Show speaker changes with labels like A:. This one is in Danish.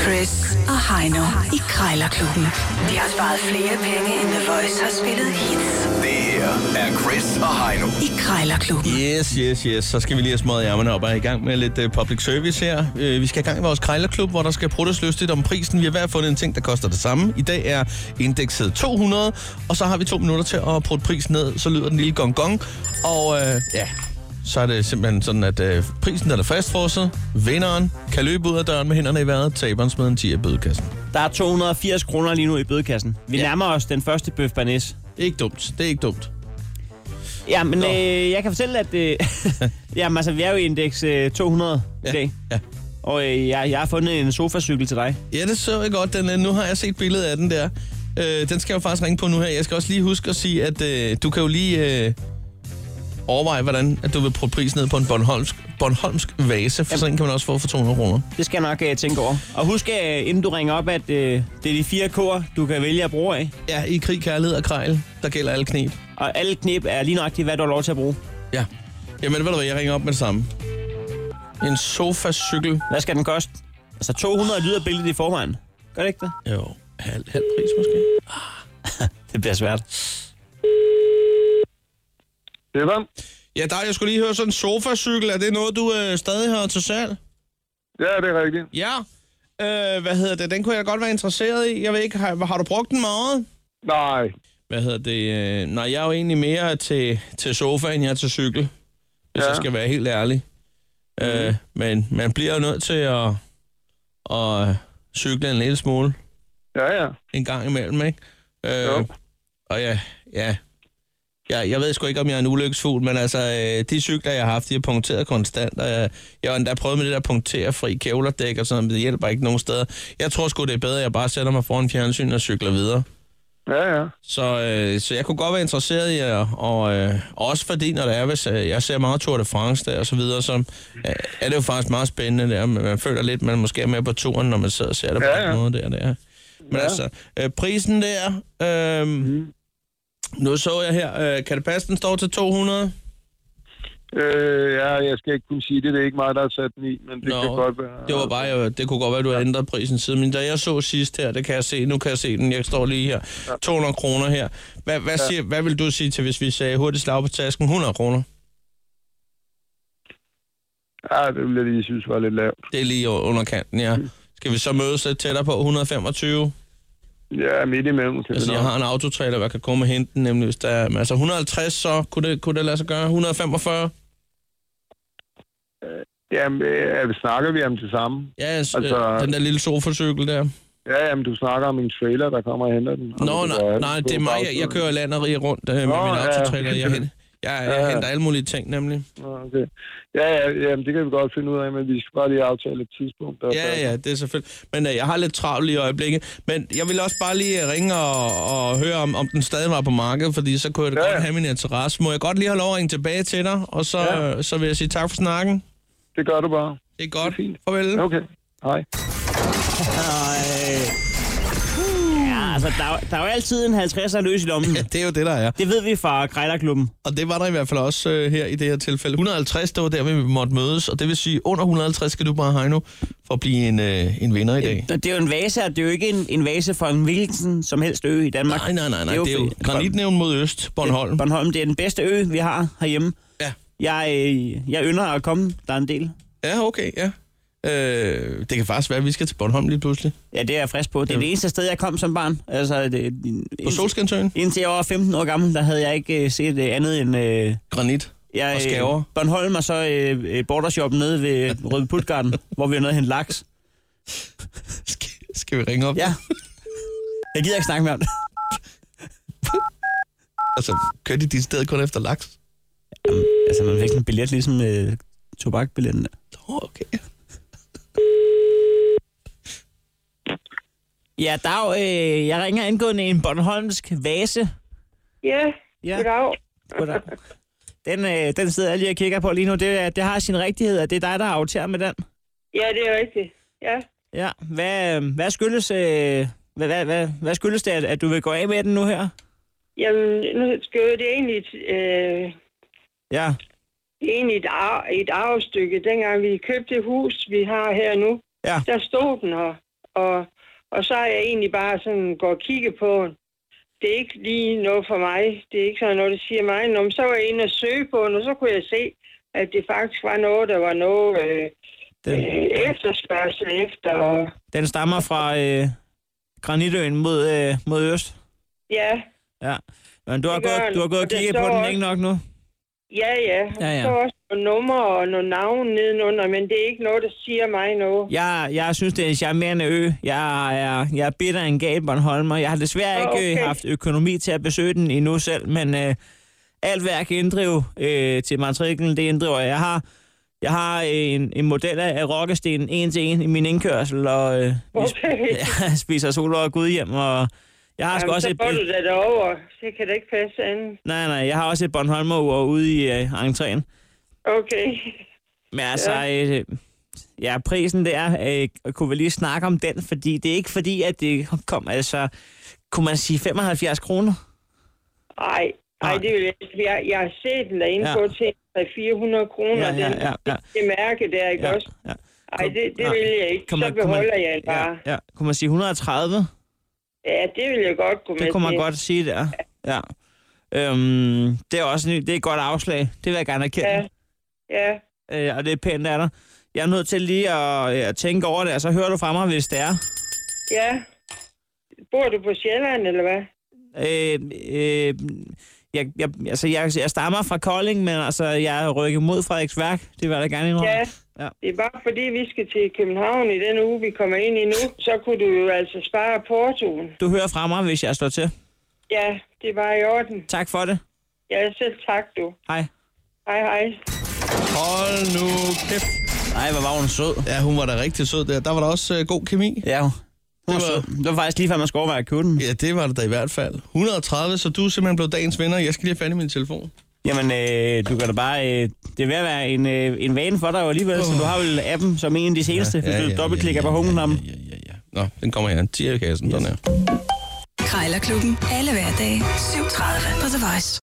A: Chris og Heino i Krejlerklubben. De har sparet flere penge, end The Voice har spillet hits
B: Det her er Chris og Heino.
A: i Krejlerklubben.
C: Yes, yes, yes. Så skal vi lige have smået ærmerne op og er i gang med lidt øh, public service her. Øh, vi skal i gang i vores krejlerklub, hvor der skal pruttes lystigt om prisen. Vi har hver fundet en ting, der koster det samme. I dag er indekset 200, og så har vi to minutter til at prutte prisen ned. Så lyder den lille gong gong, og øh, ja, så er det simpelthen sådan, at øh, prisen den er fastfrosset. Vinderen kan løbe ud af døren med hænderne i vejret. Taberen smider en 10 i bødekassen.
D: Der er 280 kroner lige nu i bødekassen. Vi
C: Ja.
D: ja. nærmer os den første bøf barnes.
C: Det er ikke dumt. Det er ikke dumt.
D: Ja, men
C: Nå.
D: øh, jeg kan fortælle, at... Øh, jamen, altså, vi er jo i indeks øh, 200 ja. i dag.
C: ja.
D: Og øh, jeg, jeg har fundet en sofacykel til dig.
C: Ja, det så jeg godt. Den, øh, nu har jeg set billedet af den der. Øh, den skal jeg jo faktisk ringe på nu her. Jeg skal også lige huske at sige, at øh, du kan jo lige øh, overveje, hvordan at du vil prøve prisen ned på en Bornholmsk, Bornholmsk vase, for sådan en kan man også få for 200 kroner.
D: Det skal jeg nok øh, tænke over. Og husk, øh, inden du ringer op, at øh, det er de fire K'er, du kan vælge at bruge af.
C: Ja, i krig, kærlighed og krejl, der gælder alle knep.
D: Og alle knep er lige nøjagtigt, hvad du har lov til at bruge.
C: Ja. Jamen, ved du hvad, jeg ringer op med det samme. En sofacykel.
D: Hvad skal den koste? Altså, 200 lyder billigt i forvejen. Gør det ikke det?
C: Jo, halv, halv pris måske.
D: Det bliver svært.
E: Det var.
C: Ja, der, jeg skulle lige høre sådan en sofacykel. Er det noget, du øh, stadig har til salg?
E: Ja, det er rigtigt.
C: Ja. Øh, hvad hedder det? Den kunne jeg godt være interesseret i. Jeg ved ikke, har, har du brugt den meget?
E: Nej.
C: Hvad hedder det? Øh, nej, jeg er jo egentlig mere til, til sofa, end jeg er til cykel. Hvis ja.
E: Ja.
C: jeg skal være helt ærlig. Mm. Øh, men man bliver jo nødt til at, at cykle en lille smule
E: Ja, ja.
C: en gang imellem, ikke? Øh,
E: Jo.
C: Og ja, ja. Jeg, jeg ved sgu ikke, om jeg er en ulykkesfugl, men altså, øh, de cykler, jeg har haft, de er punkteret konstant, og jeg, jeg har endda prøvet med det der punkterfri kævlerdæk og sådan noget, men det hjælper ikke nogen steder. Jeg tror sgu, det er bedre, at jeg bare sætter mig foran fjernsyn og cykler videre.
E: Ja, ja.
C: Så, øh, så jeg kunne godt være interesseret i, at- og øh, også fordi, når der er, hvis øh, jeg ser meget Tour de France der og så videre, så øh, er det jo faktisk meget spændende der. Man man føler lidt, man måske er med på turen, når man sidder og ser det
E: Ja,
C: på
E: ja.
C: en måde der. der. Men
E: Ja.
C: altså, øh, prisen der, øh, mm. nu så jeg her, øh, kan det passe, den står til 200?
E: Øh, ja, jeg skal ikke kunne sige det. Det er ikke mig, der har sat den i, men det
C: Nå,
E: kan godt være.
C: Det var bare, jeg, det kunne godt være, du havde ændret prisen siden, men da jeg så sidst her, det kan jeg se, nu kan jeg se den, jeg står lige her, 200 kroner her. Hvad, hvad, siger, hvad vil du sige til, hvis vi sagde hurtigt slag på tasken, 100 kroner?
E: Ja, det ville jeg lige synes var lidt lavt.
C: Det er lige under kanten, ja.
E: Mm.
C: Skal vi så mødes lidt tættere på 125?
E: Ja, midt imellem kan
C: Altså,
E: vi
C: jeg
E: nok.
C: har en autotrailer, hvor jeg kan komme og hente den, nemlig hvis der er... men Altså, 150, så kunne det, kunne det lade sig gøre? 145?
E: Jamen, øh, snakker vi om det samme?
C: Ja, altså,
E: Altså-
C: øh, den der lille sofacykel der.
E: Ja, jamen, du snakker om en trailer, der kommer og henter den.
C: Nå,
E: Og du
C: nej,
E: gør
C: nej,
E: alt
C: det er
E: på
C: mig. Jeg, jeg kører land og rige rundt øh, med min
E: Nå, ja.
C: autotrailer. Jeg, hen- jeg, jeg
E: Ja.
C: henter alle mulige ting, nemlig.
E: Nå, Okay. Ja, ja, jamen, det kan vi godt finde ud af, men vi skal bare lige aftale et tidspunkt. Der er
C: Ja,
E: fast.
C: ja, det er selvfølgelig. Men øh, jeg har lidt travlt i øjeblikket. Men jeg vil også bare lige ringe og, og høre, om, om den stadig var på markedet, fordi så kunne jeg da
E: Ja,
C: godt
E: ja.
C: have min interesse. Må jeg godt lige have lov at ringe tilbage til dig, og så,
E: Ja.
C: øh, så vil jeg sige tak for snakken.
E: Det gør du bare.
C: Det er godt.
E: fint.
C: Farvel.
E: Okay, hej.
D: Ja, altså, der, er jo- der er jo altid en 50'er løs i lommen.
C: Ja, det er jo det, der er.
D: Det ved vi fra Grejlerklubben.
C: Og det var der i hvert fald også øh, her i det her tilfælde. 150, det var der, vi måtte mødes. Og det vil sige, under 150 skal du bare have nu for at blive en, øh, en vinder i dag.
D: Nå, Det er jo en vase, og det er jo ikke en, en vase for en hvilken som helst ø i Danmark.
C: Nej, nej, nej. nej.
D: Det er jo
C: Det er jo
D: fordi-
C: granitnævn mod øst, Bornholm.
D: Bornholm, det er den bedste ø, vi har herhjemme.
C: Ja.
D: Jeg, øh, jeg ynder at komme, der er en del.
C: Ja, okay, ja. Øh, det kan faktisk være, at vi skal til Bornholm lige pludselig.
D: Ja, det er jeg frisk på. Det er
C: Ja.
D: det eneste sted, jeg kom som barn. Altså, det, indtil,
C: På Solskinsøen.
D: indtil jeg var 15 år gammel, der havde jeg ikke øh, set øh, andet end... Øh,
C: Granit.
D: jeg,
C: Og skærver.
D: øh, Bornholm og så øh, øh, bordershoppen nede ved Røde Putgarden, hvor vi var nede og hente laks.
C: Skal, skal vi ringe op?
D: Ja. Jeg gider ikke snakke mere om det.
C: Altså, kører de de steder kun efter laks?
D: Jamen, altså, man fik sådan en billet, ligesom øh, tobakbilletten.
C: Nå, okay.
D: Ja, dag. Øh, jeg ringer angående en Bornholmsk vase.
F: Ja,
D: Ja,
F: goddag.
D: goddag. Den, øh, den sidder jeg lige og kigger på lige nu. Det, er- det har sin rigtighed, og det er dig, der har afteret med den.
F: Ja, det er rigtigt. Ja.
D: Ja, hvad, øh, hvad skyldes... Øh, hvad, hvad, hvad, hvad skyldes det, at, at du vil gå af med den nu her?
F: Jamen, nu skal jo det er egentlig et, øh,
D: Ja,
F: det er egentlig et, arv, et arvestykke. Dengang vi købte det hus, vi har her nu,
D: Ja.
F: der stod den her. og, og så er jeg egentlig bare sådan, går og kigger på den. Det er ikke lige noget for mig. Det er ikke sådan noget, det siger mig. Nå, men så var jeg inde og søge på den, og så kunne jeg se, at det faktisk var noget, der var noget øh,
D: Den,
F: øh, efterspørgsel efter. Og,
D: den stammer fra øh, Granitøen mod, øh, mod øst.
F: ja,
D: Ja. Men du har
F: Det gør
D: gået,
F: den,
D: du har gået og
F: og den
D: kigget på
F: står
D: den
F: også-
D: ikke nok nu?
F: ja, ja.
D: Ja, ja.
F: Så også nogle numre og nogle navne nedenunder, men det er ikke noget, der siger mig noget.
D: Jeg, jeg synes, det er en charmerende ø. Jeg er, jeg er bitter af en gal Bornholmer. Jeg har desværre
F: Nå,
D: ikke okay.
F: okay.
D: haft økonomi til at besøge den endnu selv, men øh, alt hvad jeg kan inddrive øh, til matriklen, det inddriver jeg. Jeg har, jeg har øh, en, en model af af rokkestenen en til en i min indkørsel, og øh, vi sp-
F: Okay.
D: jeg spiser sol og gud hjem, og jeg har sgu
F: Jamen,
D: også
F: så
D: et,
F: går
D: et,
F: du da derover. Det kan da ikke passe andet.
D: nej, nej, jeg har også et Bornholmer ude i øh, entréen.
F: Okay.
D: Men altså, ja, øh, ja prisen der, øh, kunne vi lige snakke om den, fordi det er ikke fordi, at det kom, altså, kunne man sige 75 kroner?
F: Ej,
D: Nej.
F: ej, det vil jeg ikke. Jeg, jeg har set den derinde
D: Ja.
F: ja. på til 300-400 kroner.
D: Ja, ja,
F: den-
D: ja, ja.
F: Det mærke der, ikke
D: Ja,
F: også?
D: ja.
F: Ej, det, det
D: Nej.
F: vil jeg ikke.
D: Kunne
F: Så
D: man- kunne man-
F: beholder jeg den
D: Ja,
F: bare.
D: ja. Kunne man sige 130?
F: Ja, det vil jeg godt gå med
D: Det kunne man
F: til.
D: godt sige der. Ja. Øhm, det er også en, det er et godt afslag. Det vil jeg gerne erkende.
F: Ja,
D: Ja. Øh, og det er pænt af dig. Jeg er nødt til lige at, øh, at tænke over det, og så hører du fra mig, hvis det er.
F: ja. Bor du på Sjælland, eller hvad?
D: Øh, øh, jeg, jeg, altså, jeg, jeg stammer fra Kolding, men altså, jeg er rykket mod Frederiksværk. Det vil jeg da gerne indrømme.
F: Ja.
D: Ja.
F: Det er bare fordi, vi skal til København i den uge, vi kommer ind i nu. Så kunne du jo altså spare portoen.
D: Du hører fra mig, hvis jeg står til.
F: Ja, det er bare i orden.
D: Tak for det.
F: Ja, selv tak, du.
D: Hej.
F: Hej, hej.
C: Hold nu kæft.
D: Nej, hvor var hun sød.
C: Ja, hun var da rigtig sød der. Der var der også øh, god kemi.
D: Ja, hun var,
C: var-
D: sød. Det var faktisk lige før, man skulle overveje at købe den.
C: Ja, det var det da i hvert fald. 130, så du er simpelthen blevet dagens vinder. Jeg skal lige have fat i min telefon.
D: Jamen, øh, du kan da bare... Øh, det er ved at være en, øh, en vane for dig jo alligevel, oh. så du har vel appen som en af de seneste, ja, hvis du dobbeltklikker på homenknappen.
C: Ja, ja, ja, ja. Nå, den kommer her. 10 i kassen, yes. den her.
A: Krejlerklubben. Alle hverdage. 7.30 på The Voice.